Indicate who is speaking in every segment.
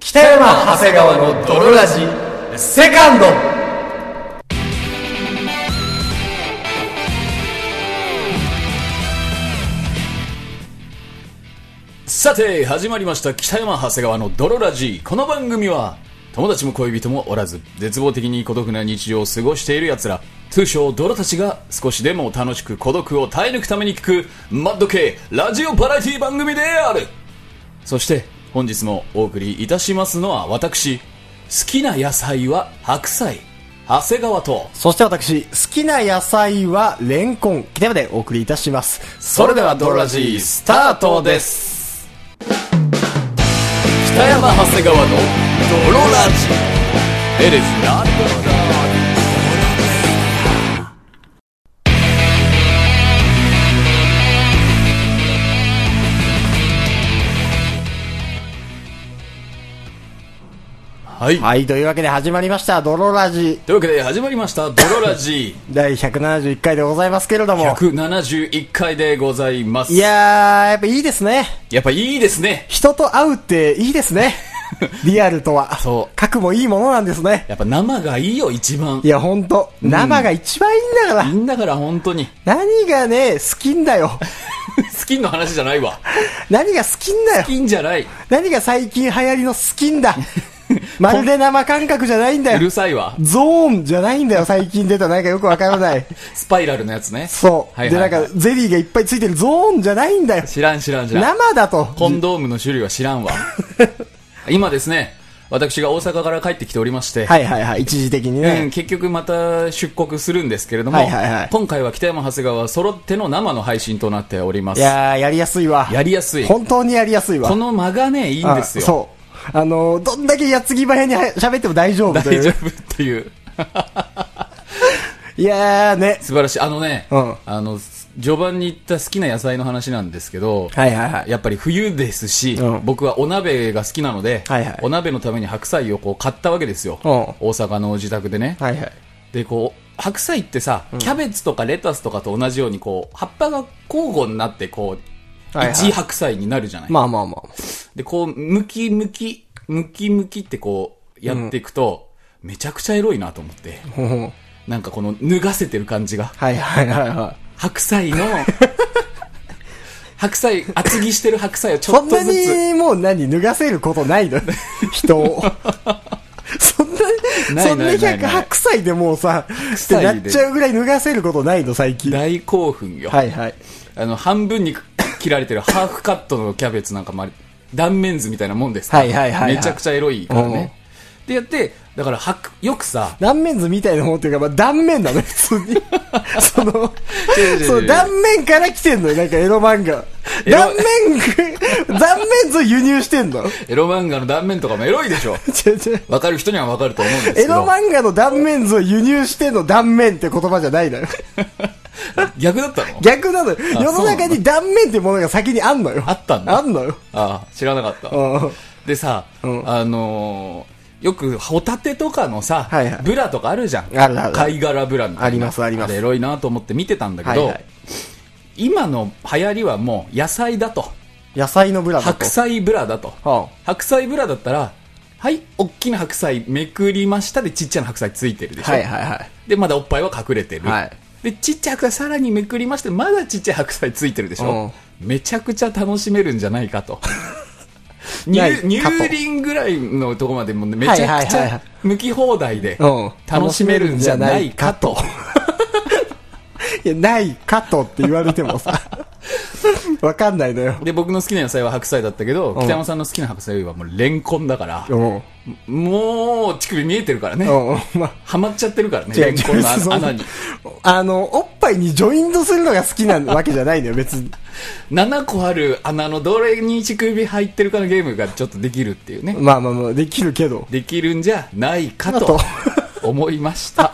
Speaker 1: 北山長谷川の泥ラジセカンド
Speaker 2: さて始まりました北山長谷川の泥ラジこの番組は友達も恋人もおらず絶望的に孤独な日常を過ごしている奴ら通称泥たちが少しでも楽しく孤独を耐え抜くために聞くマッド系ラジオバラエティ番組であるそして本日もお送りいたしますのは私好きな野菜は白菜長谷川と
Speaker 1: そして私好きな野菜はレンコン北山でお送りいたします
Speaker 2: それではドロラジースタートです北山長谷川のドロラジーエレスナはい、
Speaker 1: はいというわけで始まりました泥ラジ
Speaker 2: というわけで始まりました「ドロラジ
Speaker 1: 第171回でございますけれど
Speaker 2: ー」
Speaker 1: も
Speaker 2: 171回でございます
Speaker 1: いやーやっぱいいですね
Speaker 2: やっぱいいですね
Speaker 1: 人と会うっていいですね リアルとは
Speaker 2: そう
Speaker 1: 核もいいものなんですね
Speaker 2: やっぱ生がいいよ一番
Speaker 1: いやほんと生が一番いいんだから、
Speaker 2: いいんだから本当に
Speaker 1: 何がね好きんだよ
Speaker 2: 好きの話じゃないわ
Speaker 1: 何が好きんだよ
Speaker 2: 好きんじゃない
Speaker 1: 何が最近流行りの好きんだ まるで生感覚じゃないんだ
Speaker 2: うる
Speaker 1: よ。
Speaker 2: さいわ
Speaker 1: ゾーンじゃないんだよ、最近出た。なんかよくわからない。
Speaker 2: スパイラルのやつね
Speaker 1: そう。
Speaker 2: はいはいはい
Speaker 1: で、なんか、ゼリーがいっぱいついてるゾーンじゃないんだよ。
Speaker 2: 知らん知らん知らん
Speaker 1: 生だと。
Speaker 2: コンドームの種類は知ら んわ今ですね私が大阪から帰ってきておりまして、
Speaker 1: はいはいはい、一時的に
Speaker 2: うん
Speaker 1: ね。
Speaker 2: 結局また出国するんですけれども、
Speaker 1: はいはいはい
Speaker 2: 今回は北山長谷川揃っての生の配信となっております
Speaker 1: いやー、やりやすいわ。
Speaker 2: やりやすいこ
Speaker 1: 本当にやりやすいわ。
Speaker 2: の間がねいいんですよ
Speaker 1: あそう。あのー、どんだけやつぎ早には喋っても大丈夫とい
Speaker 2: 大丈
Speaker 1: う。
Speaker 2: 夫って いう
Speaker 1: いやーね。
Speaker 2: 素晴らしいあのね、
Speaker 1: うん
Speaker 2: あの序盤に言った好きな野菜の話なんですけど、
Speaker 1: はいはいはい。
Speaker 2: やっぱり冬ですし、
Speaker 1: うん
Speaker 2: 僕はお鍋が好きなので、
Speaker 1: はいはい
Speaker 2: お鍋のために白菜をこう買ったわけですよ、
Speaker 1: うん
Speaker 2: 大阪の自宅でね、
Speaker 1: はいはい。
Speaker 2: でこう白菜ってさ、キャベツとかレタスとかと同じようにこう葉っぱが交互になってこう、
Speaker 1: はいはい
Speaker 2: 一白菜になるじゃない、
Speaker 1: まあまあまあ。
Speaker 2: でこうむきむきむきむきってこうやっていくと、めちゃくちゃエロいなと思って
Speaker 1: ほんほん
Speaker 2: なんかこの脱がせてる感じが
Speaker 1: はいはいはいはい。
Speaker 2: 白菜 の白菜厚着してる白菜をちょ
Speaker 1: そ
Speaker 2: っ
Speaker 1: ん
Speaker 2: と
Speaker 1: な
Speaker 2: ずつ
Speaker 1: にもう何脱がせることない の人を。そんな、
Speaker 2: ない
Speaker 1: そんな
Speaker 2: ないないない
Speaker 1: 108歳でもうさ、って
Speaker 2: 歳で
Speaker 1: なっちゃうぐらい脱がせることないの最近。は
Speaker 2: 大興奮よ、
Speaker 1: いはい。
Speaker 2: あの半分に切られてるハーフカットのキャベツなんかもあり断面図みたいなもんですから
Speaker 1: はいはいはいはい
Speaker 2: めちゃくちゃエロいからねでやってだからはくよくさ
Speaker 1: 断面図みたいなもんっていうか、まあ、断面なのよ普通 に。その、
Speaker 2: 違う違う違う
Speaker 1: その断面から来てんのよ、なんかエロ漫画。
Speaker 2: エロ
Speaker 1: 断面、断面図輸入してんの
Speaker 2: エロ漫画の断面とかもエロいでしょ
Speaker 1: 違う違う
Speaker 2: わかる人にはわかると思うんですけ
Speaker 1: エロ
Speaker 2: ど
Speaker 1: 漫画の断面図を輸入してんの断面って言葉じゃないのよ。
Speaker 2: 逆だったの
Speaker 1: 逆なのよ。
Speaker 2: あ
Speaker 1: 世の中に断面ってものが先にあんのよ。
Speaker 2: あったんだ
Speaker 1: あんのよ。
Speaker 2: ああ知らなかった
Speaker 1: うん
Speaker 2: でさ、
Speaker 1: うん
Speaker 2: あのーよくホタテとかのさ、
Speaker 1: はいはい
Speaker 2: ブラとかあるじゃん
Speaker 1: あるある
Speaker 2: 貝殻ブラみたいな
Speaker 1: ありますあります
Speaker 2: れエロいなと思って見てたんだけど、
Speaker 1: はいはい
Speaker 2: 今の流行りはもう野菜だと
Speaker 1: 野菜のブラだと。
Speaker 2: 白菜ブラだと
Speaker 1: は
Speaker 2: 白菜ブラだったらはい大きな白菜めくりましたでちっちゃな白菜ついてるでしょ、
Speaker 1: はいはいはい。
Speaker 2: でまだおっぱいは隠れてる、
Speaker 1: はい
Speaker 2: でちっちゃい白菜さらにめくりましてまだちっちゃい白菜ついてるでしょ、めちゃくちゃ楽しめるんじゃないかと 乳
Speaker 1: ない
Speaker 2: 乳
Speaker 1: かと
Speaker 2: 輪ぐらいのとこまでもねめちゃくち
Speaker 1: はいはいはいは
Speaker 2: ゃ
Speaker 1: い
Speaker 2: 剥き放題で
Speaker 1: うん
Speaker 2: 楽しめるんじゃないかと
Speaker 1: いや、ないかとって言われても さ、わかんないのよ。
Speaker 2: で僕の好きな野菜は白菜だったけど
Speaker 1: ん
Speaker 2: 北山さんの好きな白菜はもうレンコンだから
Speaker 1: うん。
Speaker 2: もう乳首見えてるからね
Speaker 1: うん。まあ、
Speaker 2: ハマっちゃってるからね
Speaker 1: 違う
Speaker 2: レンコンの
Speaker 1: 違う そ
Speaker 2: 穴
Speaker 1: の
Speaker 2: 穴に
Speaker 1: あの、おっぱいにジョイントするのが好きなわけじゃないのよ、別に。
Speaker 2: 7個ある穴のどれに乳首入ってるかのゲームがちょっとできるっていうね
Speaker 1: まあまあまあ、できるけど。
Speaker 2: できるんじゃないか
Speaker 1: あ
Speaker 2: と
Speaker 1: と
Speaker 2: 思い ました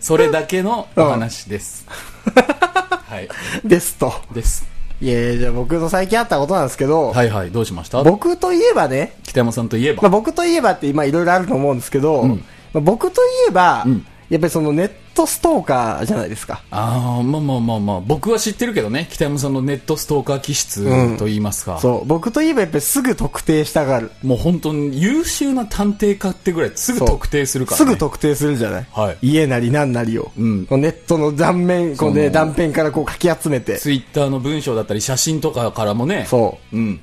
Speaker 2: それだけのお話です、はい
Speaker 1: ですと。
Speaker 2: です
Speaker 1: いやいやじゃあ僕の最近あったことなんですけど、
Speaker 2: はいはいどうしました
Speaker 1: 僕といえばね、
Speaker 2: 北山さんといえ
Speaker 1: まあ、
Speaker 2: ば
Speaker 1: 僕といえばって今いろいろあると思うんですけど、
Speaker 2: ん
Speaker 1: まあ、僕といえば、
Speaker 2: ん
Speaker 1: やっぱりそのネットストーカーじゃないですか。
Speaker 2: ああ、まあまあまあまあ、僕は知ってるけどね、北山さんのネットストーカー気質と言いますか。
Speaker 1: そう。僕といえばやっぱりすぐ特定したがる。
Speaker 2: もう本当に優秀な探偵家ってぐらいすぐ
Speaker 1: そう
Speaker 2: 特定するから、
Speaker 1: す
Speaker 2: ね。
Speaker 1: ぐ特定するじゃない。
Speaker 2: はい
Speaker 1: 家なり何なりを。
Speaker 2: ん
Speaker 1: こうネットの断面、こう
Speaker 2: そ
Speaker 1: ね、
Speaker 2: の
Speaker 1: 断片からこうかき集めて。
Speaker 2: ツイッターの文章だったり写真とかからもね。。
Speaker 1: そう
Speaker 2: うん。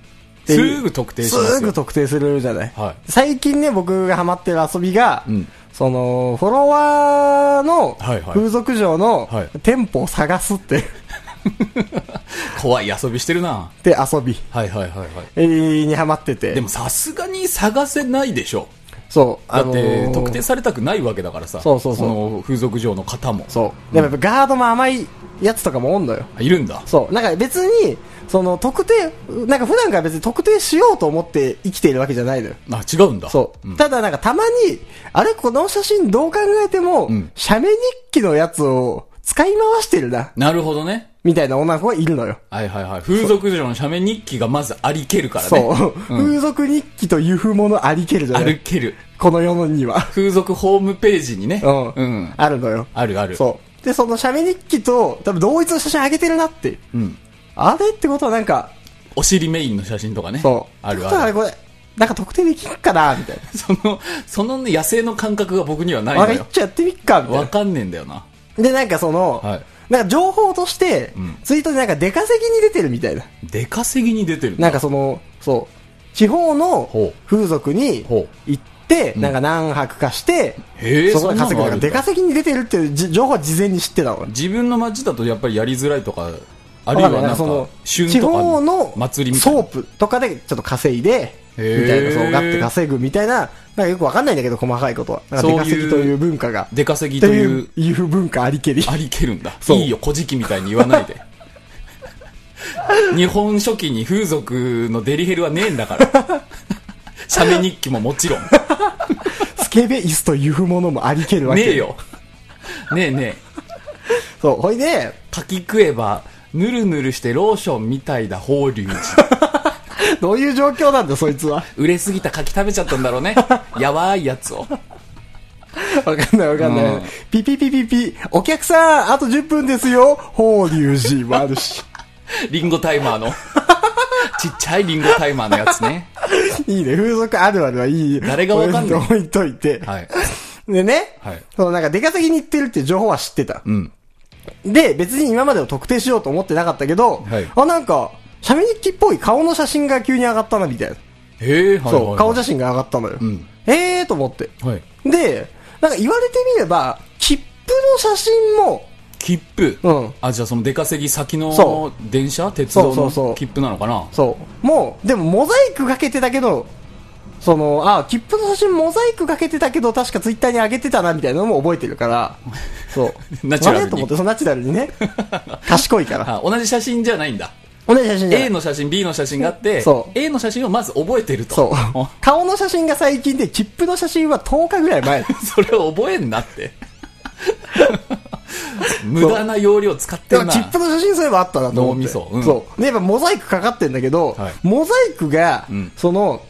Speaker 1: ていう
Speaker 2: すぐ特定しますよ。
Speaker 1: すぐ特定するじゃない。
Speaker 2: はい
Speaker 1: 最近ね、僕がハマってる遊びが、
Speaker 2: うん
Speaker 1: その、フォロワーの
Speaker 2: はいはい
Speaker 1: 風俗嬢の
Speaker 2: はい
Speaker 1: 店舗を探すって いう、
Speaker 2: 怖い遊びしてるな。
Speaker 1: って遊び
Speaker 2: はいはいはいはい。
Speaker 1: えーにハマってて。
Speaker 2: でもさすがに探せないでしょ。
Speaker 1: そう、
Speaker 2: だって、
Speaker 1: ー
Speaker 2: 特定されたくないわけだからさ。
Speaker 1: そうそうそう
Speaker 2: の風俗嬢の方も。
Speaker 1: そう。でもやっぱガードも甘いやつとかもおんのよ。
Speaker 2: いるんだ。
Speaker 1: そう。なんか別に、その特定、なんか普段から別に特定しようと思って生きているわけじゃないのよ。
Speaker 2: あ、違うんだ。
Speaker 1: そう。ただなんかたまに、あれこの写真どう考えても、
Speaker 2: ん
Speaker 1: 写メ日記のやつを使い回してるな、
Speaker 2: なるほどね。
Speaker 1: みたいな女の子がいるのよ。
Speaker 2: はいはいはい。風俗嬢の写メ日記がまずありけるからね。
Speaker 1: そう。風俗日記というふものありけるじゃ
Speaker 2: あ
Speaker 1: な
Speaker 2: り
Speaker 1: い
Speaker 2: ける。
Speaker 1: この世のには。
Speaker 2: 風俗ホームページにね。
Speaker 1: うん。
Speaker 2: うん。
Speaker 1: あるのよ。
Speaker 2: あるある。
Speaker 1: そう。で、その写メ日記と、多分同一の写真上げてるなって。
Speaker 2: うん。
Speaker 1: あれってことはなんか、
Speaker 2: お尻メインの写真とかね。
Speaker 1: そう。
Speaker 2: あ
Speaker 1: っ
Speaker 2: る
Speaker 1: てことは
Speaker 2: あ
Speaker 1: あ
Speaker 2: る
Speaker 1: れ。これ、なんか特定できっかなみたいな。
Speaker 2: その、そのね、野生の感覚が僕にはない
Speaker 1: あ
Speaker 2: の
Speaker 1: れ一
Speaker 2: よ。
Speaker 1: 応やってみっかみたい
Speaker 2: わ
Speaker 1: な。
Speaker 2: かんねえんだよな。
Speaker 1: で、なんかその、
Speaker 2: はい
Speaker 1: なんか情報として、
Speaker 2: ん
Speaker 1: ツイートでなんか出稼ぎに出てるみたいな。
Speaker 2: 出稼ぎに出てるんだ
Speaker 1: なんかその、そう、地方の
Speaker 2: ほう
Speaker 1: 風俗に
Speaker 2: ほ
Speaker 1: 行って、なんか何泊かして、
Speaker 2: へえ
Speaker 1: そこで稼ぐ
Speaker 2: そんなのあ
Speaker 1: と
Speaker 2: る
Speaker 1: か、
Speaker 2: んだ
Speaker 1: 出稼ぎに出てるっていうじ情報は事前に知ってたの。
Speaker 2: 自分の街だとやっぱりやりづらいとか、あるいはなん
Speaker 1: そ
Speaker 2: か
Speaker 1: の、、
Speaker 2: 旬
Speaker 1: 地
Speaker 2: とか
Speaker 1: 方の
Speaker 2: 祭りみたい
Speaker 1: ソー
Speaker 2: な。
Speaker 1: プとかでちょっと稼いで、み
Speaker 2: へえ
Speaker 1: たいな、そう、がって稼ぐみたいな、なんかよくわかんないんだけど、細かいことは。なんか出
Speaker 2: そう
Speaker 1: 稼
Speaker 2: い
Speaker 1: ぎ
Speaker 2: う
Speaker 1: という文化が。
Speaker 2: 出稼ぎ
Speaker 1: と
Speaker 2: と
Speaker 1: い
Speaker 2: いうう、
Speaker 1: いう文化ありけり。
Speaker 2: ありけるんだ。
Speaker 1: そう
Speaker 2: いいよ、古事記みたいに言わないで。日本書紀に風俗のデリヘルはねえんだから。写メ日記もも ちろん。
Speaker 1: スケベイスというものもありけるわけ。
Speaker 2: ねえ。よ。ねえねえ。
Speaker 1: そう、ほいで、
Speaker 2: 柿食えば、ぬるぬるしてローションみたいだ、法隆寺。
Speaker 1: どういう状況なんだよ、そいつは。
Speaker 2: 売れすぎた柿食べちゃったん だろうね。やばいやつを。
Speaker 1: わかんないわかんない、
Speaker 2: うん
Speaker 1: ピピピピピ、お客さん、あと10分ですよ。法隆寺もある し。
Speaker 2: リンゴタイマ ーの。ちっちゃいリンゴタイマーのやつね。
Speaker 1: いいね、風俗あるあるはいい。
Speaker 2: 誰がわかんない
Speaker 1: 置いといて。
Speaker 2: はい。
Speaker 1: でね、
Speaker 2: はい
Speaker 1: そのなんか出稼ぎに行ってるっていう情報は知ってた。
Speaker 2: うん。
Speaker 1: で、別に今までを特定しようと思ってなかったけど、
Speaker 2: はい
Speaker 1: あ、なんか、写メ日記っぽい顔の写真が急に上がったな、みたいな。
Speaker 2: へえ、はい、はい。
Speaker 1: そう、顔
Speaker 2: じ
Speaker 1: 写真が上がったのよ。
Speaker 2: ん
Speaker 1: えーと思って。
Speaker 2: ゃ。はい。
Speaker 1: で、なんか言われてみれば、切符の写真も、
Speaker 2: 切符。
Speaker 1: うん
Speaker 2: あ、じゃあその出稼ぎ先
Speaker 1: そ
Speaker 2: の電車鉄道
Speaker 1: そうそうそ
Speaker 2: の
Speaker 1: う
Speaker 2: 切符なのかな
Speaker 1: そう、もう、でもモザイクかけてたけど、その、あ、切符の写真モザイクかけてたけど、確かツイッターに上げてたな、みたいなのも覚えてる から、そう。
Speaker 2: ナチュラルに
Speaker 1: あれと思って、そうナチュラルにね。賢い から。
Speaker 2: あ、同じ写真じゃないんだ。
Speaker 1: 同じ写真じゃない
Speaker 2: A の写真、B の写真があって
Speaker 1: そう、
Speaker 2: A の写真をまず覚えてると。
Speaker 1: そう
Speaker 2: お。
Speaker 1: 顔の写真が最近で、切符の写真は10日ぐらい 前。
Speaker 2: それを覚えん なって。無駄な容量使って
Speaker 1: で
Speaker 2: る
Speaker 1: も
Speaker 2: な。
Speaker 1: 切符の写真そういえばあったなと思って。
Speaker 2: 脳みそうん
Speaker 1: そう。で、やっぱモザイクかかってんだけど、
Speaker 2: はい
Speaker 1: モザイクが、
Speaker 2: うん
Speaker 1: その、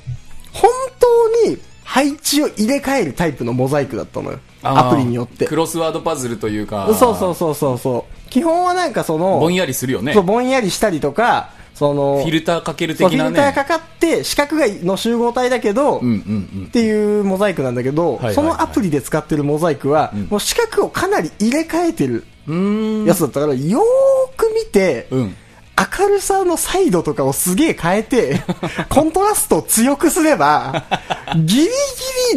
Speaker 1: 本当に配置を入れ替えるタイプのモザイクだったのよ。
Speaker 2: あー
Speaker 1: アプリによって
Speaker 2: ク。ロスワードパズルというか。
Speaker 1: そうそうそうそうそう。基本はなんかその、
Speaker 2: ぼんやりするよね。
Speaker 1: そう
Speaker 2: フ
Speaker 1: ぼんやりしたりとか、その、
Speaker 2: ィルターかける
Speaker 1: そう
Speaker 2: 的な
Speaker 1: フィルター
Speaker 2: ね。
Speaker 1: かかって、四角がの集合体だけど、
Speaker 2: うんうんうん
Speaker 1: っ。ていうモザイクなんだけど、
Speaker 2: いはいはい
Speaker 1: そのアプリで使ってるモザイクは、もう四角をかなり入れ替えてる
Speaker 2: うーん。
Speaker 1: やつだったから、よーく見て、
Speaker 2: うん。
Speaker 1: 明るさのサイドとかをすげえ変えて、 コントラストを強くすれば、ギリギ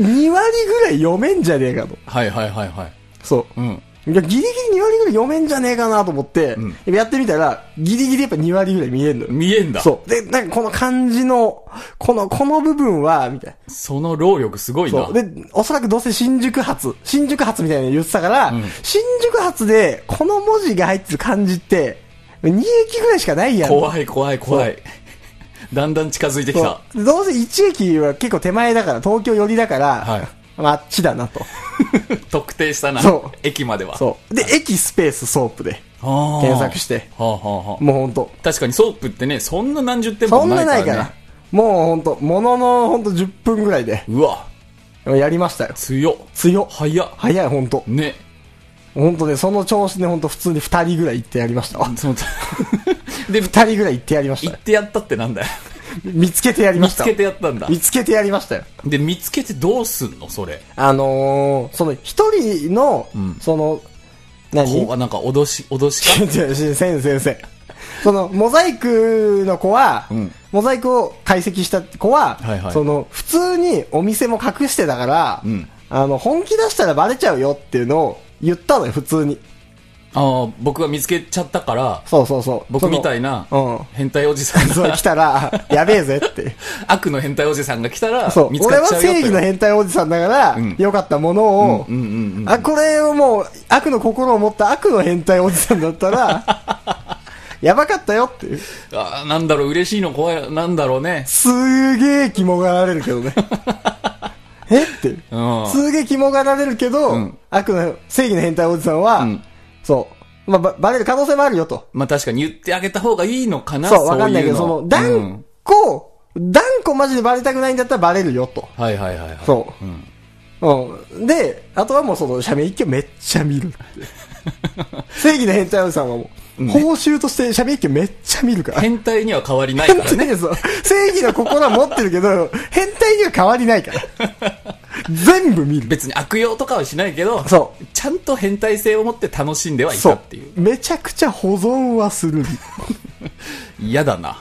Speaker 1: リ2割ぐらい読めんじゃねえかと。
Speaker 2: はいはいはいはい。
Speaker 1: そう。
Speaker 2: うん。
Speaker 1: いや、ギリギリ2割ぐらい読めんじゃねえかなと思って、
Speaker 2: ん
Speaker 1: やってみたら、ギリギリやっぱ2割ぐらい見えんのよ。
Speaker 2: 見えんだ。
Speaker 1: そう。で、なんかこの漢字の、この、この部分は、みたい
Speaker 2: その労力すご
Speaker 1: な。
Speaker 2: いな
Speaker 1: そう。。で、おそらくどうせ新宿発、新宿発みたいなの言ってたから、新宿発で、この文字が入ってる漢字って、2駅ぐらいしかないやん。
Speaker 2: 怖い怖い怖い。だんだん近づいてきた。
Speaker 1: そうどうせ1駅は結構手前だから、東京寄りだから、
Speaker 2: はい
Speaker 1: まあ、あっちだなと。
Speaker 2: 特定したな
Speaker 1: そう。
Speaker 2: 駅までは。
Speaker 1: そう。で、駅スペースソープで
Speaker 2: あー
Speaker 1: 検索して、
Speaker 2: はあはあはあ
Speaker 1: もうほんと、
Speaker 2: 確かにソープってね、そんな何十店舗
Speaker 1: そん
Speaker 2: もな
Speaker 1: ないな
Speaker 2: か
Speaker 1: いからら、
Speaker 2: ね。
Speaker 1: もうほんと、もののほんと10分ぐらいで、
Speaker 2: うわ、
Speaker 1: やりましたよ。
Speaker 2: 強っ。
Speaker 1: 強っ。
Speaker 2: 早っ。
Speaker 1: 早い、ほんと。
Speaker 2: ね。
Speaker 1: 本当ね、その調子で本当普通に二人ぐらい行ってやりましたわ。
Speaker 2: その で、行
Speaker 1: 二人ぐらい行ってやりました
Speaker 2: っ
Speaker 1: よ。
Speaker 2: てやったってなんだよ。
Speaker 1: 見つけてやりま
Speaker 2: 見
Speaker 1: し
Speaker 2: つ
Speaker 1: た。
Speaker 2: けてやったんだ。
Speaker 1: 見つけてやりましたよ。
Speaker 2: で、見つけてどうすんのそれ。
Speaker 1: あのー、その一人の、
Speaker 2: ん
Speaker 1: その、
Speaker 2: こ
Speaker 1: 何
Speaker 2: うあなんか脅し、脅 しか
Speaker 1: 違う違う違う先生先生。その、モザイクの子は、
Speaker 2: うん
Speaker 1: モザイクを解析した子は、
Speaker 2: はいはい
Speaker 1: その、普通にお店も隠してたから、
Speaker 2: うん
Speaker 1: あの、本気出したらバレちゃうよっていうのを言ったのよ、普通に。
Speaker 2: ああ、僕が見つけちゃったから、
Speaker 1: そうそうそう。
Speaker 2: 僕みたいな
Speaker 1: うん、
Speaker 2: 変態おじさん
Speaker 1: その。そう、
Speaker 2: が
Speaker 1: 来、たら、やべえぜって。
Speaker 2: 悪の変態おじさんが来たら
Speaker 1: そう、、
Speaker 2: 見つ
Speaker 1: 俺
Speaker 2: かっ
Speaker 1: は
Speaker 2: ちゃうよ
Speaker 1: 正義の
Speaker 2: と
Speaker 1: 変態おじさんだから、
Speaker 2: うん
Speaker 1: 良かったものを、
Speaker 2: うんうんうん。
Speaker 1: あ、これをもう、悪の心を持った悪の変態おじさんだった ら、やばかったよっていう。
Speaker 2: あーなんだろう、嬉しいの怖い、なんだろうね。
Speaker 1: すげえ肝がられるけどね。 えって。
Speaker 2: うん。
Speaker 1: すげえ肝がられるけど、
Speaker 2: うん
Speaker 1: 悪の、正義の変態おじさんは、
Speaker 2: うん
Speaker 1: そう。まあ、ば、バレる可能性もあるよと。
Speaker 2: まあ確かに言ってあげた方がいいのかな、
Speaker 1: そう、
Speaker 2: う
Speaker 1: わかんないけど、
Speaker 2: う
Speaker 1: その、
Speaker 2: う
Speaker 1: 断
Speaker 2: ん
Speaker 1: 固、断固マジでバレたくないんだったらバレるよと。
Speaker 2: はいはいはいはい。
Speaker 1: そ
Speaker 2: うん。
Speaker 1: う。うん。で、あとはもうその、写メ一挙めっちゃ見 るって。正義の変態おじさんはもう、報酬として写メ一挙めっちゃ見るから。
Speaker 2: 変態には変わりないか
Speaker 1: 変
Speaker 2: ら
Speaker 1: 態ですよ正義の心は持ってるけど、変態には変わりないから。全部見る。
Speaker 2: 別に悪用とかはしないけど、
Speaker 1: そ
Speaker 2: ちゃんと変態性を持って楽しんではい
Speaker 1: そ
Speaker 2: た
Speaker 1: う
Speaker 2: っていう。。
Speaker 1: めちゃくちゃ保存はする。
Speaker 2: 嫌だな。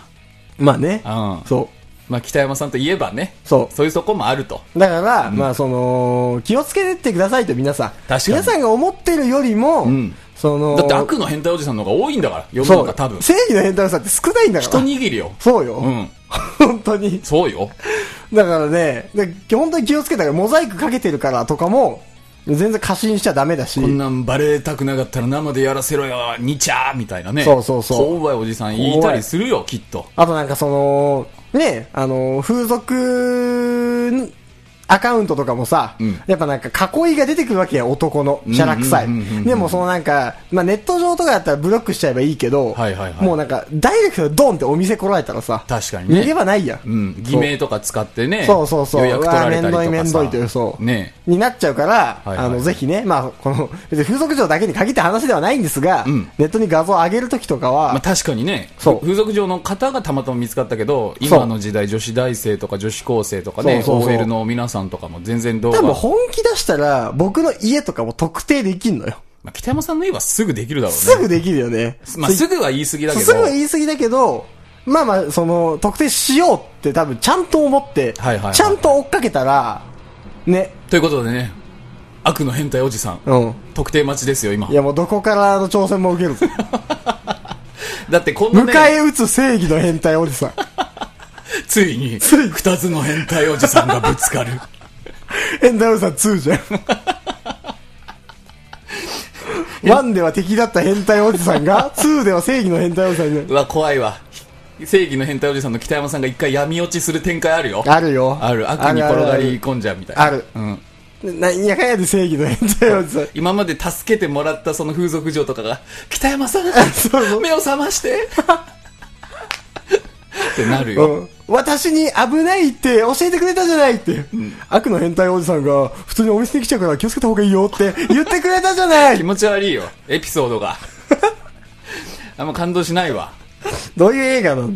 Speaker 1: まあね。
Speaker 2: うん。
Speaker 1: そ
Speaker 2: まあ北山さんといえばね、
Speaker 1: そ
Speaker 2: そういうとこもあると。
Speaker 1: う。だから、まあその、気をつけてってくださいと皆さん。
Speaker 2: かに
Speaker 1: 皆さんが思ってるよりも、
Speaker 2: ん
Speaker 1: その、
Speaker 2: だって悪の変態おじさんの方が多いんだから、世の
Speaker 1: そう
Speaker 2: 中多分。
Speaker 1: 正義の変態さんって少ないんだか
Speaker 2: 一
Speaker 1: ら。
Speaker 2: 握りよ。
Speaker 1: そうよ。
Speaker 2: うん。
Speaker 1: 本当に。
Speaker 2: そうよ。
Speaker 1: だからね、で本当に気をつけたから、モザイクかけてるからとかも、全然過信しちゃダメだし。
Speaker 2: こんなんバレたくなかったら生でやらせろよ、にちゃーみたいなね。
Speaker 1: そうそうそう
Speaker 2: 怖いおじさん言いたりするよ、きっと。
Speaker 1: あとなんかその、ね、あの、風俗アカウントとかもさ、
Speaker 2: うん
Speaker 1: やっぱなんか囲いが出てくるわけや、男の、シャラ臭い
Speaker 2: うんうんうんうん。
Speaker 1: でもそのなんか、まあネット上とかだったらブロックしちゃえばいいけど、
Speaker 2: はいはいはい
Speaker 1: もうなんか、ダイレクトでドンってお店来られたらさ、
Speaker 2: 確かにね
Speaker 1: 逃げ場ないやん。
Speaker 2: うん。偽名とか使ってね。
Speaker 1: そうそうそう。
Speaker 2: 予約取られたりと
Speaker 1: う
Speaker 2: か
Speaker 1: わめ
Speaker 2: さ。
Speaker 1: んどいめんどいという、そう。
Speaker 2: ね
Speaker 1: になっちゃうから、
Speaker 2: はいはい
Speaker 1: あの、ぜひね、まあ、この、別に風俗嬢だけに限った話ではないんですが、
Speaker 2: うん
Speaker 1: ネットに画像を上げるときとかは、
Speaker 2: まあ確かにね、
Speaker 1: そう
Speaker 2: 風俗嬢の方がたまたま見つかったけ
Speaker 1: そ
Speaker 2: ど、
Speaker 1: う
Speaker 2: 今の時代女子大生とか女子高生とかね、
Speaker 1: そうそうそう
Speaker 2: OL の皆さんとかも全然動画
Speaker 1: 多、分本気出したら、僕の家とかも特定できんのよ。
Speaker 2: まあ、北山さんの家はすぐできるだろ
Speaker 1: す
Speaker 2: うね。
Speaker 1: ぐできるよね。
Speaker 2: まあ
Speaker 1: そう
Speaker 2: すぐは言い過ぎだけど。
Speaker 1: すぐは言い過ぎだけど、まあまあ、その、特定しようって多分ちゃんと思って、
Speaker 2: はいはいはいはい
Speaker 1: ちゃんと追っかけたら、ね、
Speaker 2: ということでね、悪の変態おじさん、
Speaker 1: うん。
Speaker 2: 特定待ちですよ、今
Speaker 1: い。やもうどこからの挑戦も受ける ぞ。
Speaker 2: だってこんな
Speaker 1: 迎
Speaker 2: ね、
Speaker 1: え撃つ正義の変態おじ さん。
Speaker 2: ついに、
Speaker 1: ついに
Speaker 2: 二つの変態おじさんがぶつか る。
Speaker 1: 変態おじさん2じゃん。1では敵だった変態おじさんが、2では正義の変態おじさん
Speaker 2: うわ、怖いわ。正義の変態おじさんの北山さんが一回闇落ちする展開あるよ。
Speaker 1: が。あるよ。
Speaker 2: ある。悪に転がり込んじゃうみたいな。
Speaker 1: ある
Speaker 2: うん。
Speaker 1: なんやかんやで正義の変態おじさん。
Speaker 2: 今まで助けてもらったその風俗嬢とかが、北山さん
Speaker 1: そうそう
Speaker 2: 目を覚 ましてってなるよ。
Speaker 1: うん、私に危ないって教えてくれたじゃないって、悪の変態おじさんが普通にお店に来ちゃうから気をつけた方がいいよって言ってくれたじゃな
Speaker 2: 気
Speaker 1: い
Speaker 2: 持ち悪いよ、エピソード が。あんま感動しないわ。
Speaker 1: どういう映画なの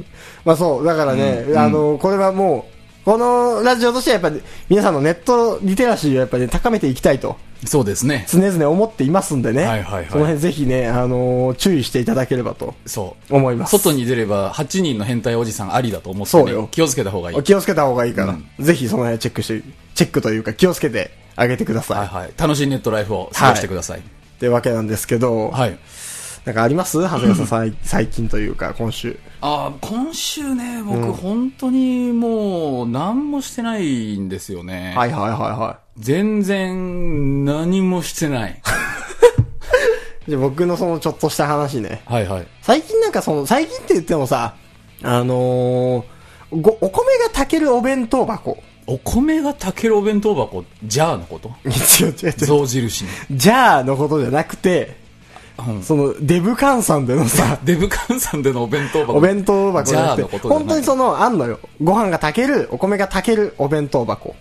Speaker 1: まあそう、だからね、あの、これはもう、このラジオとしてはやっぱり皆さんのネットリテラシーをやっぱり、ね、高めていきたいと
Speaker 2: そうですね。
Speaker 1: 常々思っていますんでね。
Speaker 2: はいはいはい
Speaker 1: その辺ぜひね、あの注意していただければと
Speaker 2: そう。
Speaker 1: 思います。
Speaker 2: 外に出れば8人の変態おじさんありだと思って、
Speaker 1: そう
Speaker 2: ね
Speaker 1: よ、
Speaker 2: 気をつけた方がいい。
Speaker 1: 気をつけた方がいいから、ぜひその辺チェックして、チェックというか気をつけてあげてください。
Speaker 2: はいはい。楽しいネットライフを過ごしてください。
Speaker 1: ってわけなんですけど、
Speaker 2: はい。
Speaker 1: なんかあります長谷 川さん、最近というか、今週。
Speaker 2: あー今週ね、僕、本当にもう、何もしてないんですよね。
Speaker 1: はいはいはいは
Speaker 2: 全然、何もしてない。
Speaker 1: い。じゃあ僕のそのちょっとした話ね。
Speaker 2: はいはい。
Speaker 1: 最近なんかその、最近って言ってもさ、あのーご、お米が炊けるお弁当箱。
Speaker 2: お米が炊けるお弁当箱、ジャーのこと
Speaker 1: 違う違う違う。
Speaker 2: 象印に。
Speaker 1: じゃあのことじゃなくて、
Speaker 2: うん
Speaker 1: その、デブ換算でのさ、
Speaker 2: デブカンさんでのお弁当箱。
Speaker 1: お弁当箱じゃな
Speaker 2: ジャー
Speaker 1: く
Speaker 2: のこ
Speaker 1: て、
Speaker 2: とじゃない
Speaker 1: 本当にその、あんのよ。ご飯が炊ける、お米が炊けるお弁当箱。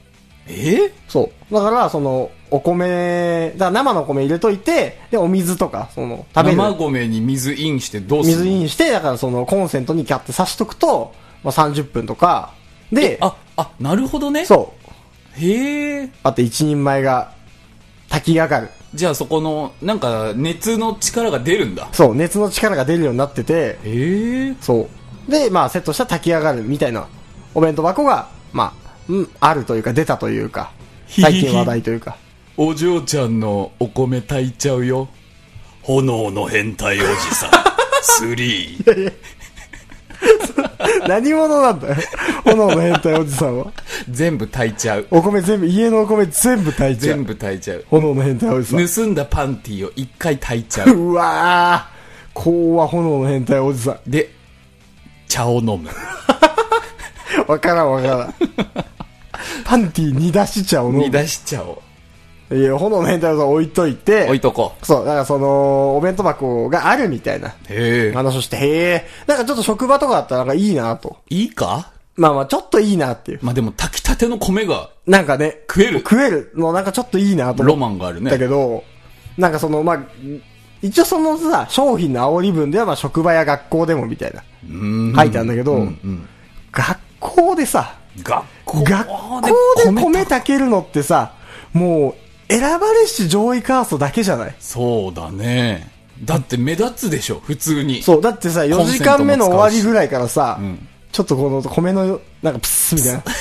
Speaker 2: え
Speaker 1: そう。だから、その、お米、だから生のお米入れといて、で、お水とか、その、食べる。
Speaker 2: 生米に水インしてどうする
Speaker 1: 水インして、だからその、コンセントにキャって挿しとくと、まあ、30分とか、で、
Speaker 2: あ、あ、なるほどね。
Speaker 1: そう。
Speaker 2: へえ。
Speaker 1: あと一人前が、炊き上がる。
Speaker 2: じゃあそこの、なんか、熱の力が出るんだ。
Speaker 1: そう、熱の力が出るようになってて、
Speaker 2: へえ。
Speaker 1: そう。で、まあ、セットした炊き上がるみたいな、お弁当箱が、まあ、うん、あるというか、出たというか、
Speaker 2: ひひひ
Speaker 1: 最近話題というか。
Speaker 2: お嬢ちゃんのお米炊いちゃうよ。炎の変態おじ さん。3。
Speaker 1: 何者なん だよ。炎の変態おじさんは。
Speaker 2: 全部炊いちゃう。
Speaker 1: お米全部、家のお米全部炊いちゃ
Speaker 2: 全
Speaker 1: う。
Speaker 2: 部炊いちゃう。
Speaker 1: 炎の変態おじさん。
Speaker 2: 盗んだパンティーを一回炊いち ゃう。
Speaker 1: うわぁ、こうは炎の変態おじさん。
Speaker 2: で、茶を飲む。
Speaker 1: わからんわからん。パンティー煮出しちゃうの
Speaker 2: 煮。出し茶を
Speaker 1: いや、炎の変態おじさん置いといて。
Speaker 2: 置いとこ
Speaker 1: そう、だからその、お弁当箱があるみたいな
Speaker 2: う。へえ。
Speaker 1: 話をして、へえ、なんかちょっと職場とかだったらなんかいいなと。
Speaker 2: いいか
Speaker 1: まあまあ、ちょっといいなっていう。
Speaker 2: まあでも炊きたての米が
Speaker 1: なんかね、
Speaker 2: 食える。
Speaker 1: 食えるのなんかちょっといいなと
Speaker 2: ロ
Speaker 1: 思
Speaker 2: マンがある
Speaker 1: った
Speaker 2: ね。
Speaker 1: けど、なんかその、まあ、一応そのさ、商品の煽り文ではまあ職場や学校でもみたいな、
Speaker 2: うん
Speaker 1: 書いてあるんだけど、
Speaker 2: うんうん
Speaker 1: 学校でさ、
Speaker 2: 学校で
Speaker 1: 学校で米炊けるのってさ、もう、選ばれし上位カーストだけじゃない
Speaker 2: そうだね。だって目立つでしょ、普通に。
Speaker 1: そう、だってさ、
Speaker 2: コ
Speaker 1: 4
Speaker 2: ンセン
Speaker 1: 時
Speaker 2: トも使うし
Speaker 1: 間目の終わりぐらいからさ、
Speaker 2: ん
Speaker 1: ちょっとこの米の、なんかプスッみたいな、プ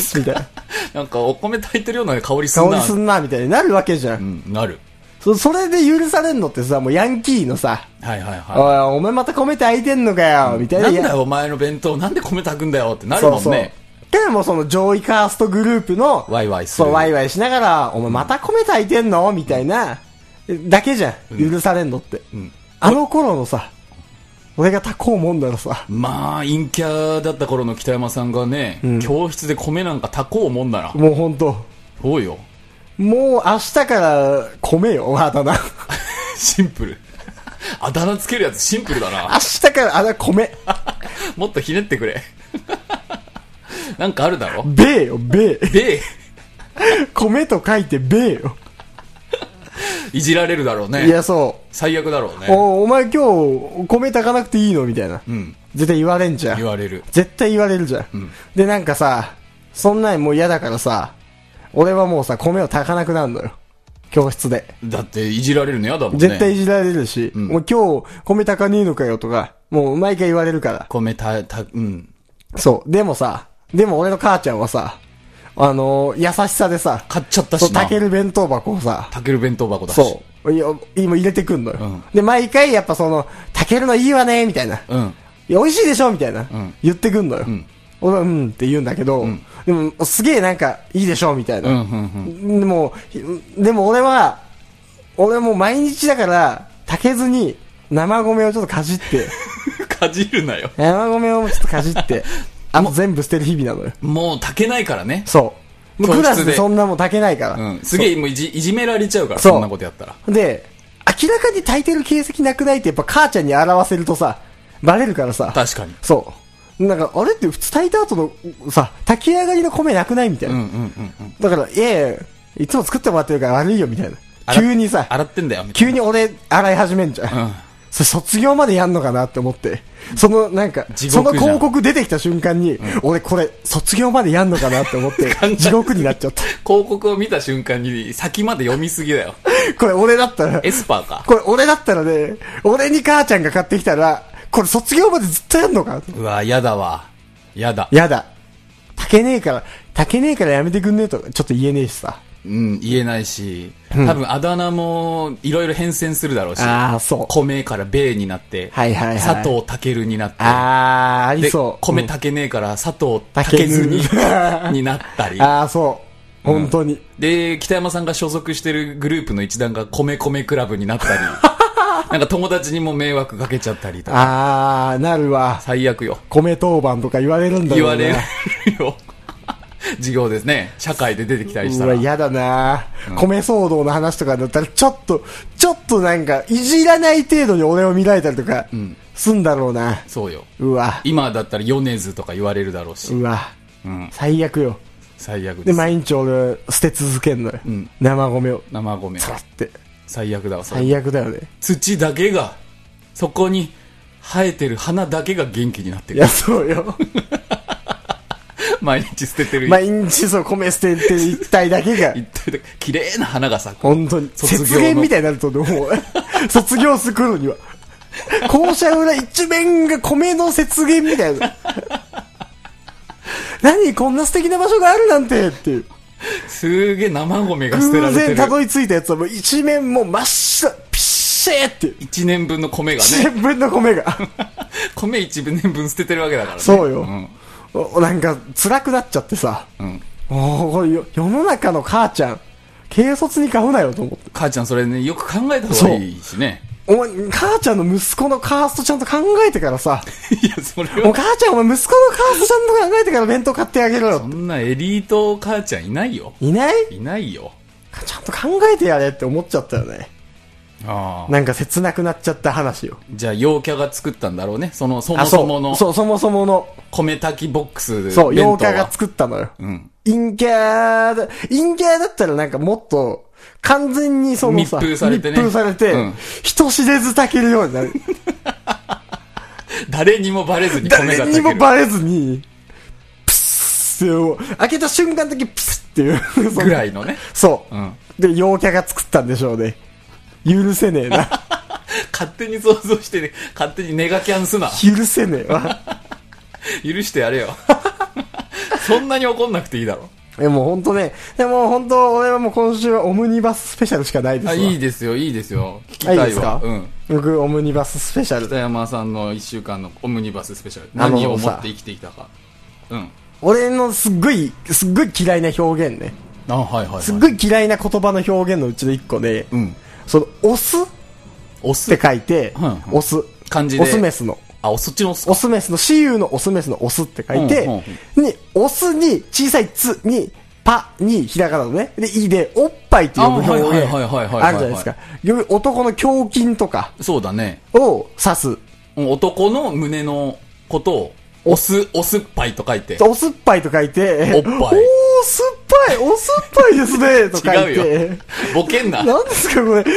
Speaker 1: スッみたいな、
Speaker 2: なんかお米炊いてるような香りすん
Speaker 1: 香
Speaker 2: な。
Speaker 1: りすんな、みたいになるわけじゃん。
Speaker 2: うん、なる。
Speaker 1: そそれで許されんのってさ、もうヤンキーのさ、
Speaker 2: はいはいはい。
Speaker 1: おい、お前また米炊いてんのかよ、みたいな。
Speaker 2: なん
Speaker 1: い
Speaker 2: だ
Speaker 1: や
Speaker 2: よ、お前の弁当、なんで米炊くんだよってなるもん
Speaker 1: そ
Speaker 2: ね。
Speaker 1: うそう。でもその上位カーストグループの、
Speaker 2: ワイワイする
Speaker 1: そう、ワイワイしながら、お前また米炊いてんのみたいな、だけじゃん。許されんのって。
Speaker 2: ん
Speaker 1: あの頃のさ、俺が炊こうもんならさ、
Speaker 2: まあ、陰キャだった頃の北山さんがね、
Speaker 1: ん
Speaker 2: 教室で米なんか炊こうもんなら、
Speaker 1: もうほんと、
Speaker 2: そうよ。
Speaker 1: もう明日から米よ、あ だ名。
Speaker 2: シンプル。あだ名つけるやつシンプル だな。
Speaker 1: 明日からあだ名米。
Speaker 2: もっとひねってくれ。なんかあるだろ
Speaker 1: 米よ、米。
Speaker 2: で、
Speaker 1: 米と書いて米よ。
Speaker 2: いじられるだろう
Speaker 1: い
Speaker 2: ね。
Speaker 1: や、そ
Speaker 2: 最悪だろう
Speaker 1: う。
Speaker 2: ね。
Speaker 1: おお前今日、米炊かなくていいのみたいな。
Speaker 2: うん。
Speaker 1: 絶対言われんじゃん
Speaker 2: 言。われる。
Speaker 1: 絶対言われるじゃん。で、なんかさ、そんなんもう嫌だからさ、俺はもうさ、米を炊かなくなるのよ。教室で。
Speaker 2: だって、いじられるの嫌だもんね。
Speaker 1: 絶対いじられるし、もう今日、米炊かねえのかよとか、もう毎回言われるから。
Speaker 2: 米た、た、うん。
Speaker 1: そう。でもさ、でも俺の母ちゃんはさ、あのー優しさでさ、
Speaker 2: 買っちゃった
Speaker 1: そう、
Speaker 2: しな。
Speaker 1: 炊ける弁当箱をさ、
Speaker 2: 炊ける弁当箱だし。
Speaker 1: そう、いや今入れてくんのよ。
Speaker 2: うん
Speaker 1: で、毎回やっぱその、炊けるのいいわね、みたいな。
Speaker 2: うん。
Speaker 1: いや、美味しいでしょみたいな、
Speaker 2: ん
Speaker 1: 言ってくんのよ。俺は、うんって言うんだけど、でも、すげえなんか、いいでしょみたいな。
Speaker 2: うん、うん、うん。
Speaker 1: でも、ひでも俺は、俺もう毎日だから、炊けずに、生米をちょっとかじって、
Speaker 2: かじるなよ。
Speaker 1: 生米をちょっとかじって、あの全部捨てる日々なのよ。
Speaker 2: もう炊けないからね。
Speaker 1: そう。もうク
Speaker 2: 教室で
Speaker 1: ラスでそんなもん炊けないから。
Speaker 2: うん。すげえ、もういじ、いじめられちゃうから、
Speaker 1: そう
Speaker 2: そんなことやったら。
Speaker 1: で、明らかに炊いてる形跡なくないってやっぱ母ちゃんに表せるとさ、バレるからさ。
Speaker 2: 確かに。
Speaker 1: そう。なんか、あれって普通炊いた後の、さ、炊き上がりの米なくないみたい
Speaker 2: うん、
Speaker 1: な。
Speaker 2: うん、うん、うん。
Speaker 1: だから、いやいや、いつも作ってもらってるから悪いよみたいな。
Speaker 2: 洗っ
Speaker 1: 急にさ、
Speaker 2: 洗ってんだよ、みたい
Speaker 1: 急に俺洗い始めんじゃん。
Speaker 2: な。うん。
Speaker 1: それ卒業までやんのかなって思って。その、なんか、
Speaker 2: 地
Speaker 1: その
Speaker 2: 獄じゃん
Speaker 1: 広告出てきた瞬間に、俺これ、卒業までやんのかなって思 って
Speaker 2: 考え、
Speaker 1: 地獄になっちゃった。
Speaker 2: 広告を見た瞬間に、先まで読みすぎだよ。
Speaker 1: これ俺だったら、
Speaker 2: エスパーか。
Speaker 1: これ俺だったらね、俺に母ちゃんが買ってきたら、これ卒業までずっとやんのか
Speaker 2: うわ、やだわ。やだ。
Speaker 1: やだ。炊けねえから、炊けねえからやめてくんねえとか、ちょっと言えねえしさ。
Speaker 2: うん、言えないし、多分あだ名もいろいろ変遷するだろうし、
Speaker 1: ああ、そう。
Speaker 2: 米から米になって、
Speaker 1: はいはいはい
Speaker 2: 佐藤健になって、
Speaker 1: ああ、あり
Speaker 2: で
Speaker 1: そう。
Speaker 2: 米炊けねえから佐藤健ずに
Speaker 1: 健
Speaker 2: になったり、
Speaker 1: ああ、そう。本当に。
Speaker 2: で、北山さんが所属してるグループの一団が米米クラブにな ったり、なんか友達にも迷惑かけちゃったりとか、
Speaker 1: ああ、なるわ。
Speaker 2: 最悪よ。
Speaker 1: 米当番とか言われるんだ
Speaker 2: 言
Speaker 1: ろう
Speaker 2: わ
Speaker 1: な。
Speaker 2: れるよ。授業ですね。社会で出てきたりした
Speaker 1: う
Speaker 2: ら
Speaker 1: わ、。嫌だな、米騒動の話とかだったら、ちょっと、ちょっとなんか、いじらない程度に俺を見られたりとか、すんだろうな。
Speaker 2: そうよ。
Speaker 1: うわ、
Speaker 2: 今だったら米津とか言われるだろうし。
Speaker 1: うわ、
Speaker 2: うん。
Speaker 1: 最悪よ。
Speaker 2: 最悪
Speaker 1: で、
Speaker 2: です。
Speaker 1: 毎日俺、捨て続けんのよ。
Speaker 2: ん
Speaker 1: 生米を。
Speaker 2: 生米。
Speaker 1: さらって。
Speaker 2: 最悪だわ、それ。
Speaker 1: 最悪だよね。
Speaker 2: 土だけが、そこに生えてる花だけが元気になって
Speaker 1: い
Speaker 2: る。
Speaker 1: や、そう よ。
Speaker 2: 毎日捨ててる。
Speaker 1: 毎日そう、米捨ててる一体だけが。
Speaker 2: 一体だけ綺麗な花が咲く。
Speaker 1: 本当に。
Speaker 2: 卒業の
Speaker 1: 節減みたいになると思う。 卒業するのには。校舎裏一面が米の節減みたいな。 何こんな素敵な場所があるなんてっていう。
Speaker 2: すげえ生米が捨てら
Speaker 1: 偶
Speaker 2: れて
Speaker 1: 然
Speaker 2: る。
Speaker 1: たどり着いたやつはもう一面もう真っ白、ピッシェーっていう。
Speaker 2: 一年分の米が
Speaker 1: 一
Speaker 2: ね、
Speaker 1: 年分の米 が。
Speaker 2: 米一年分捨ててるわけだからね。
Speaker 1: そうよ
Speaker 2: ん
Speaker 1: おなんか辛くなっちゃってさ。
Speaker 2: うん
Speaker 1: おーこれよ世の中の母ちゃん、軽率に買うなよと思って。
Speaker 2: 母ちゃんそれね、よく考えた方がいいしね。
Speaker 1: お前、母ちゃんの息子のカーストちゃんと考えてからさ。
Speaker 2: いや、それ
Speaker 1: お
Speaker 2: は、
Speaker 1: 母ちゃん、お前息子のカーストちゃんと考えてから弁当買ってあげろ
Speaker 2: そ
Speaker 1: よ。
Speaker 2: んなエリート母ちゃんいないよ。
Speaker 1: いない
Speaker 2: いないよ。
Speaker 1: ちゃんと考えてやれって思っちゃったよね。
Speaker 2: ああ。
Speaker 1: なんか切なくなっちゃった話を。
Speaker 2: じゃあ、陽キャが作ったんだろうね。その、そも
Speaker 1: あ、
Speaker 2: そもの、
Speaker 1: そう、そうそもそもの。
Speaker 2: 米炊きボックス弁当
Speaker 1: そ
Speaker 2: は。
Speaker 1: う、洋家が作ったのよ。
Speaker 2: うん。
Speaker 1: 陰キャーだ、陰キャーだったらなんかもっと、完全にそのさ、
Speaker 2: 密封されてね
Speaker 1: 密封されて
Speaker 2: うん
Speaker 1: 人知れず炊けるようになる。
Speaker 2: 誰にもバレずに米が炊け
Speaker 1: 誰に
Speaker 2: る。
Speaker 1: もバレずに、プスッって、開けた瞬間だけプスッっていう。
Speaker 2: ぐらいのね。
Speaker 1: そう。
Speaker 2: うん。
Speaker 1: で、陽キャが作ったんでしょうね。許せねえ な。
Speaker 2: 勝手に想像して、ね、勝手にネガキャンすな。
Speaker 1: 許せねえわ。
Speaker 2: 許してやれよ。 そんなに怒んなくていいだろ。
Speaker 1: え、もうほんとね。でもほんと、俺はもう今週はオムニバススペシャルしかないですわ。
Speaker 2: あ、いいですよ、いいですよ。聞きたい
Speaker 1: あ
Speaker 2: わ。
Speaker 1: いいですか
Speaker 2: うん。
Speaker 1: 僕、オムニバススペシャル
Speaker 2: 北。山さんの1週間のオムニバススペシャル。
Speaker 1: あの
Speaker 2: 何を持って生きてきたか。うん。
Speaker 1: 俺のすっごい、すっごい嫌いな表現ね。
Speaker 2: あ、はいはい、はい。
Speaker 1: すっごい嫌いな言葉の表現のうちの一個で、
Speaker 2: うん。
Speaker 1: その、オスっ
Speaker 2: オス
Speaker 1: て書いて
Speaker 2: うんうん、
Speaker 1: オス。
Speaker 2: 漢字で。
Speaker 1: オスメスの。
Speaker 2: あ、そっちのオス
Speaker 1: オスメスの、私有のオスメスのオスって書いて、
Speaker 2: うんうん
Speaker 1: に、オスに、小さいつに、パに、ひらがなのね。で、いで、おっぱいって呼ぶ表現。
Speaker 2: あはいはいはいはいはいはい
Speaker 1: あるじゃないですか。より男の胸筋とか
Speaker 2: そうだね。
Speaker 1: を指す。
Speaker 2: 男の胸のことを、オス、オスっぱいと書いて。
Speaker 1: おすっぱいと書いて、
Speaker 2: おっぱい
Speaker 1: おー、すっぱい、おすっぱいですね、と書い
Speaker 2: 違うよ
Speaker 1: て。。
Speaker 2: ボケ んな。
Speaker 1: 何ですかこれ、おー、何で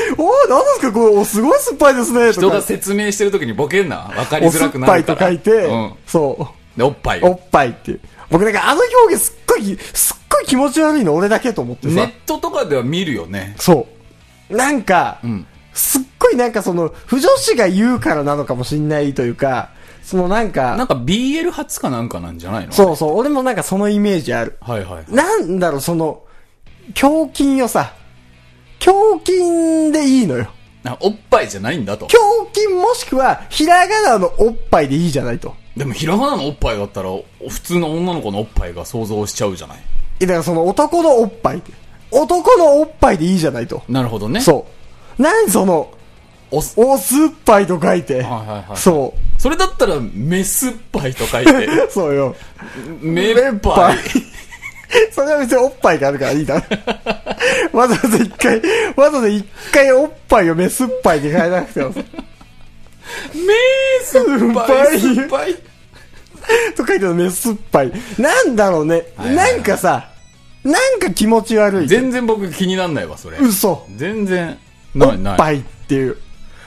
Speaker 1: すかこれ、お、すごい酸っぱいですね、と
Speaker 2: 人
Speaker 1: か
Speaker 2: が。説明してる時にボケんな。わかり
Speaker 1: お
Speaker 2: づ
Speaker 1: 酸
Speaker 2: ら
Speaker 1: っ
Speaker 2: くな
Speaker 1: ぱ
Speaker 2: る
Speaker 1: い
Speaker 2: か
Speaker 1: と
Speaker 2: ら。
Speaker 1: 書いて
Speaker 2: うん。、
Speaker 1: そ、。
Speaker 2: で、おっぱいう
Speaker 1: おっぱいっていう。僕なんかあの表現すっごい、すっごい気持ち悪いの俺だけと思って
Speaker 2: ネ
Speaker 1: さ
Speaker 2: ッ。トとかでは見るよね。
Speaker 1: そう。なんか
Speaker 2: ん、
Speaker 1: すっごいなんかその、不女子が言うからなのかもしんないというか、そのなん
Speaker 2: なん
Speaker 1: か、
Speaker 2: か BL 発かなんかなんじゃないの
Speaker 1: そうそう、俺もなんかそのイメージある。
Speaker 2: はいはい。
Speaker 1: なんだろう、その、胸筋をさ、胸筋でいいのよ。
Speaker 2: あおっぱいじゃないんだと。
Speaker 1: 胸筋もしくは、ひらがなのおっぱいでいいじゃないと。
Speaker 2: でも、ひらがなのおっぱいだったら、お普通の女の子のおっぱいが想像しちゃうじゃない。
Speaker 1: えだからその男のおっぱいって。男のおっぱいでいいじゃないと。
Speaker 2: なるほどね。
Speaker 1: そう。なんその、
Speaker 2: オス。
Speaker 1: おすっぱいと書いて。
Speaker 2: はいはいはい
Speaker 1: そ
Speaker 2: それだったら、メスっぱいと書い て、
Speaker 1: う。そうよ。
Speaker 2: メっぱい。
Speaker 1: それは別におっぱいがあるからいいだろ。 わざわざ一回、わざわざ一回おっぱいをメスっぱいに変えなくてもさ。
Speaker 2: メスっぱい。
Speaker 1: 酸っぱい
Speaker 2: 酸っぱい。
Speaker 1: と書いてあるメスっぱい。なんだろうね。
Speaker 2: はいはいはい
Speaker 1: なんかさ、なんか気持ち悪い。
Speaker 2: 全然僕気になんないわ、それ。
Speaker 1: 嘘。
Speaker 2: 全然、
Speaker 1: お
Speaker 2: ない
Speaker 1: っ
Speaker 2: な
Speaker 1: ぱいっていう。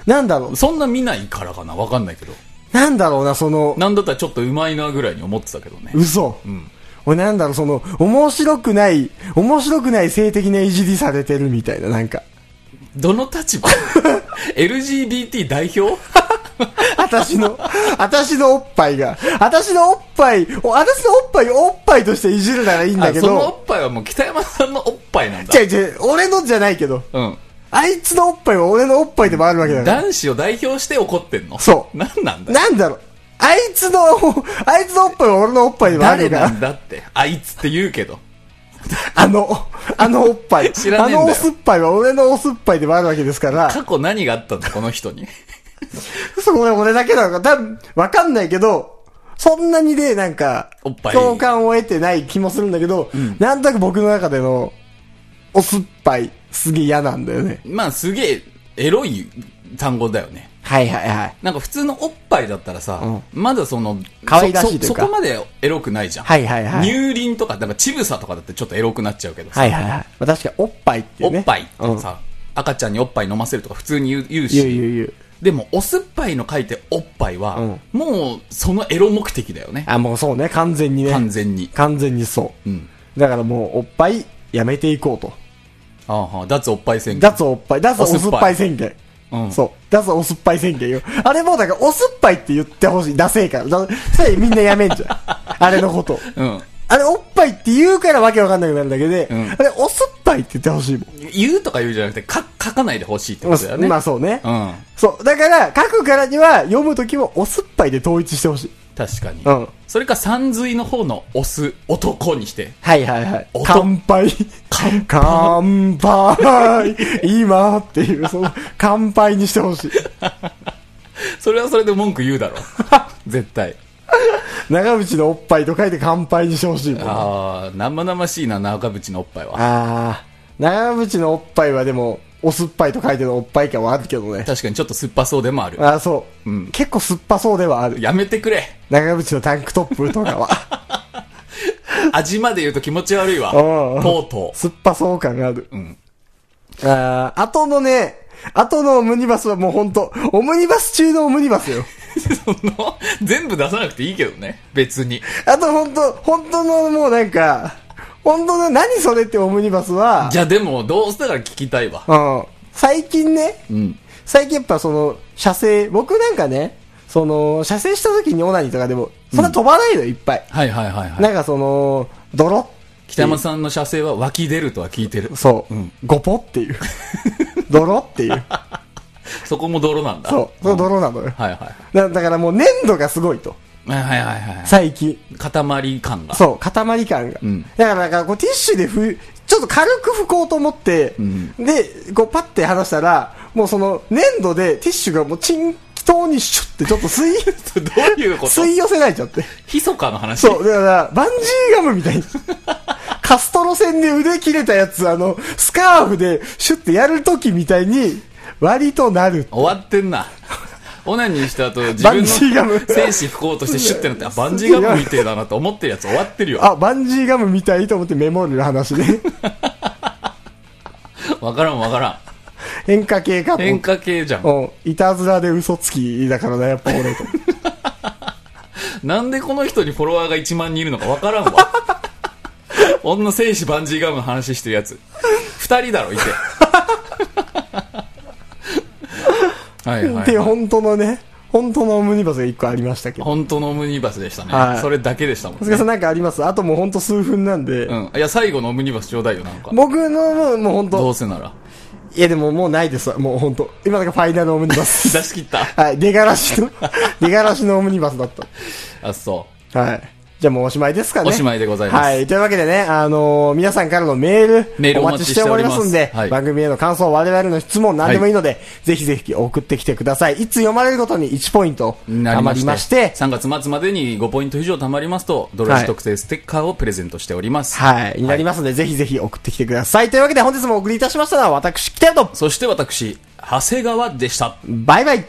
Speaker 1: なんだろう
Speaker 2: い。。そんな見ないからかな、わかんないけど。
Speaker 1: なんだろうな、その、
Speaker 2: なんだったらちょっとうまいなぐらいに思ってたけどね。
Speaker 1: 嘘。
Speaker 2: うん。
Speaker 1: 俺なんだろう、その、面白くない、面白くない性的ないじりされてるみたいな、なんか。
Speaker 2: どの立 場 ?LGBT 代表
Speaker 1: 私の、私のおっぱいが、私のおっぱい、お私のおっぱいをおっぱいとしていじるならいいんだ
Speaker 2: あ
Speaker 1: け
Speaker 2: そのお
Speaker 1: ど、
Speaker 2: っぱいはもう北山さんのおっぱいなんだ
Speaker 1: 違。う違う、俺のじゃないけど、
Speaker 2: うん。
Speaker 1: あいつのおっぱいは俺のおっぱいでもあるわけだから。
Speaker 2: 男子を代表して怒ってんの
Speaker 1: そう
Speaker 2: なんなんだ
Speaker 1: なんだろう、あいつの、あいつのおっぱいは俺のおっぱいでもあ
Speaker 2: 誰
Speaker 1: るか
Speaker 2: な
Speaker 1: ら、
Speaker 2: んだって。あいつって言うけど。
Speaker 1: あの、あのおっぱい、
Speaker 2: 知ら
Speaker 1: あ
Speaker 2: ねえんだよ
Speaker 1: のおすっぱいは俺のおすっぱいでもあるわけですから、
Speaker 2: 過去何があったんだ、この人に。
Speaker 1: そこで俺だけなのか、多分、わかんないけど、そんなにで、なんか
Speaker 2: おっぱ、い
Speaker 1: 共感を得てない気もするんだけど、なんとなく僕の中での、お酸っぱい、すげえ嫌なんだよね。
Speaker 2: まあすげえ、エロい単語だよね。
Speaker 1: はいはいはい。
Speaker 2: なんか普通のおっぱいだったらさ、まだその、
Speaker 1: 可愛らしいという
Speaker 2: そそ
Speaker 1: か
Speaker 2: そこまでエロくないじゃん。
Speaker 1: はいはいはい
Speaker 2: 乳輪とか、だから乳房とかだってちょっとエロくなっちゃうけどさ、
Speaker 1: はいはいはい。まあ確かに、おっぱいっていうね。
Speaker 2: おっぱいっ
Speaker 1: う
Speaker 2: て
Speaker 1: ん。
Speaker 2: さ、赤ちゃんにおっぱい飲ませるとか普通に言う言うし、
Speaker 1: 言う言う言う。
Speaker 2: でもおすっぱいの書いておっぱいは、
Speaker 1: うん
Speaker 2: もうそのエロ目的だよね。
Speaker 1: あ、もうそうね、完全にね。
Speaker 2: 完全に。
Speaker 1: 完全にそう。
Speaker 2: うん。
Speaker 1: だからもう、おっぱい、やめていこうと。
Speaker 2: ああ、はあ脱おっぱい宣言。
Speaker 1: 脱おっぱい、脱おすっぱい宣言。
Speaker 2: うん
Speaker 1: そう。脱おすっぱい宣言よ。あれもうだから、おすっぱいって言ってほしい。ダセえから。だそれみんなやめんじ ゃん。あれのこと。
Speaker 2: うん。
Speaker 1: あれ、おっぱいって言うからわけわかんなくなるだけで、
Speaker 2: ん
Speaker 1: あれ、おすっぱいって言ってほしいもん。
Speaker 2: 言うとか言うじゃなくて、書書かないでほしいってことだよね。
Speaker 1: まあそうね。
Speaker 2: うん。
Speaker 1: そう。だから、書くからには、読むときもおすっぱいで統一してほしい。
Speaker 2: 確かに。
Speaker 1: うん
Speaker 2: それか、三髄の方のオス、男にして。
Speaker 1: はいはいはい
Speaker 2: お。と
Speaker 1: 乾杯。乾杯。今っていう、その、乾杯にしてほしい。
Speaker 2: それはそれで文句言うだろ。 絶対。
Speaker 1: 長渕のおっぱいと書いて乾杯にしてほしいもん。あ
Speaker 2: ああ、生々しいな、長渕のおっぱいは。
Speaker 1: あー。長渕のおっぱいはでも、お酸っぱいと書いてるおっぱい感はあるけ どね。
Speaker 2: 確かにちょっと酸っぱそうでもある。
Speaker 1: ああ、そう、
Speaker 2: うん
Speaker 1: 結構酸っぱそうではある。
Speaker 2: やめてくれ。
Speaker 1: 長渕のタンクトップとか は。
Speaker 2: 味まで言うと気持ち悪いわ。
Speaker 1: うん
Speaker 2: とうと
Speaker 1: 酸っぱそう感がある。
Speaker 2: う。うん。
Speaker 1: ああ、後のね、後のオムニバスはもうほんと、オムニバス中のオムニバス よ。
Speaker 2: その、全部出さなくていいけどね。別に。
Speaker 1: あと本当本当のもうなんか、本当の何それってオムニバスは、
Speaker 2: じゃあでも、どうしたら聞きたいわ。
Speaker 1: うん、最近ね、
Speaker 2: うん。
Speaker 1: 最近やっぱその、射精、僕なんかね、その、射精した時にオナニーとかでも、そんな飛ばないのよ、いっぱい。
Speaker 2: はいはいはいはい。
Speaker 1: なんかその、ドロッ
Speaker 2: 北山さんの射精は湧き出るとは聞いてる。
Speaker 1: そう、
Speaker 2: うん
Speaker 1: ゴポって いう。ドロっていう。
Speaker 2: そこも泥なんだ。
Speaker 1: そう、その泥なのよ。
Speaker 2: はいはい。
Speaker 1: だだからもう粘度がすごいと。
Speaker 2: はいはいはいはい。
Speaker 1: 最近。
Speaker 2: 塊感が。
Speaker 1: そう、塊感が。
Speaker 2: うん
Speaker 1: だからなんかこうティッシュでふ、ちょっと軽く拭こうと思って、
Speaker 2: ん
Speaker 1: で、こうパッて離したら、もうその粘土でティッシュがもう均等にシュッてちょっと吸 い、
Speaker 2: どういうこと
Speaker 1: 吸い寄せられちゃって。
Speaker 2: ひそかの話
Speaker 1: そう、だから、バンジーガムみたい に。カストロ戦で腕切れたやつ、あの、スカーフでシュッてやるときみたいに、割となる。
Speaker 2: 終わって んな。オナニーした後、自分の
Speaker 1: バンジーガム
Speaker 2: 精子不幸としてシュッてなって、あバンジーガムみてえだなと思ってるやつ終わってるよ。
Speaker 1: あ、バンジーガムみたいと思ってメモる話 ね。
Speaker 2: わからんわからん。
Speaker 1: 変化系かと思っ
Speaker 2: 変
Speaker 1: て。
Speaker 2: 化系じゃん。
Speaker 1: うん、いたずらで嘘つきだからな、やっぱ俺と。
Speaker 2: なんでこの人にフォロワーが1万人いるのかわからん わ。女精子バンジーガムの話してるやつ。二人 だろ、いて。 はいはい、
Speaker 1: で、
Speaker 2: はい。
Speaker 1: 本当のね、本当のオムニバスが一個ありましたけど。
Speaker 2: 本当のオムニバスでしたね。
Speaker 1: はい
Speaker 2: それだけでしたも
Speaker 1: お
Speaker 2: ん
Speaker 1: 疲れ
Speaker 2: ね。
Speaker 1: さんなんかありますあともう本当数分なんで、
Speaker 2: うん。いや、最後のオムニバスちょうだいよ、なんか。
Speaker 1: 僕のもうもう本
Speaker 2: ど
Speaker 1: 当
Speaker 2: うせなら。
Speaker 1: いやでももうないですわもう本当今だからファイナルオムニバス。
Speaker 2: 出し切 った。
Speaker 1: はい、出がらしの、 出がらしのオムニバスだっ
Speaker 2: あ、そ
Speaker 1: た。はい。じゃあもうおしまいですかね。
Speaker 2: おしまいでございます
Speaker 1: はい。というわけでね、あのー皆さんからのメール、
Speaker 2: メールお
Speaker 1: お
Speaker 2: 待
Speaker 1: 待
Speaker 2: ち
Speaker 1: ち
Speaker 2: し
Speaker 1: してて
Speaker 2: お
Speaker 1: お
Speaker 2: り
Speaker 1: り
Speaker 2: ま
Speaker 1: ますすんで、
Speaker 2: はい
Speaker 1: 番組への感想、我々の質問、何でもいいので、ぜひぜひ送ってきてください。いつ読まれることに1ポイント
Speaker 2: う。な
Speaker 1: 貯まりまして、
Speaker 2: 3月末までに5ポイント以上貯まりますと、ドロラジ特製ステッカーをプレゼントしております。
Speaker 1: はい、になりますので、ぜひぜひ送ってきてください。というわけで本日もお送りいたしましたのは、私、北野と、
Speaker 2: そして私、長谷川でした。
Speaker 1: バイバイ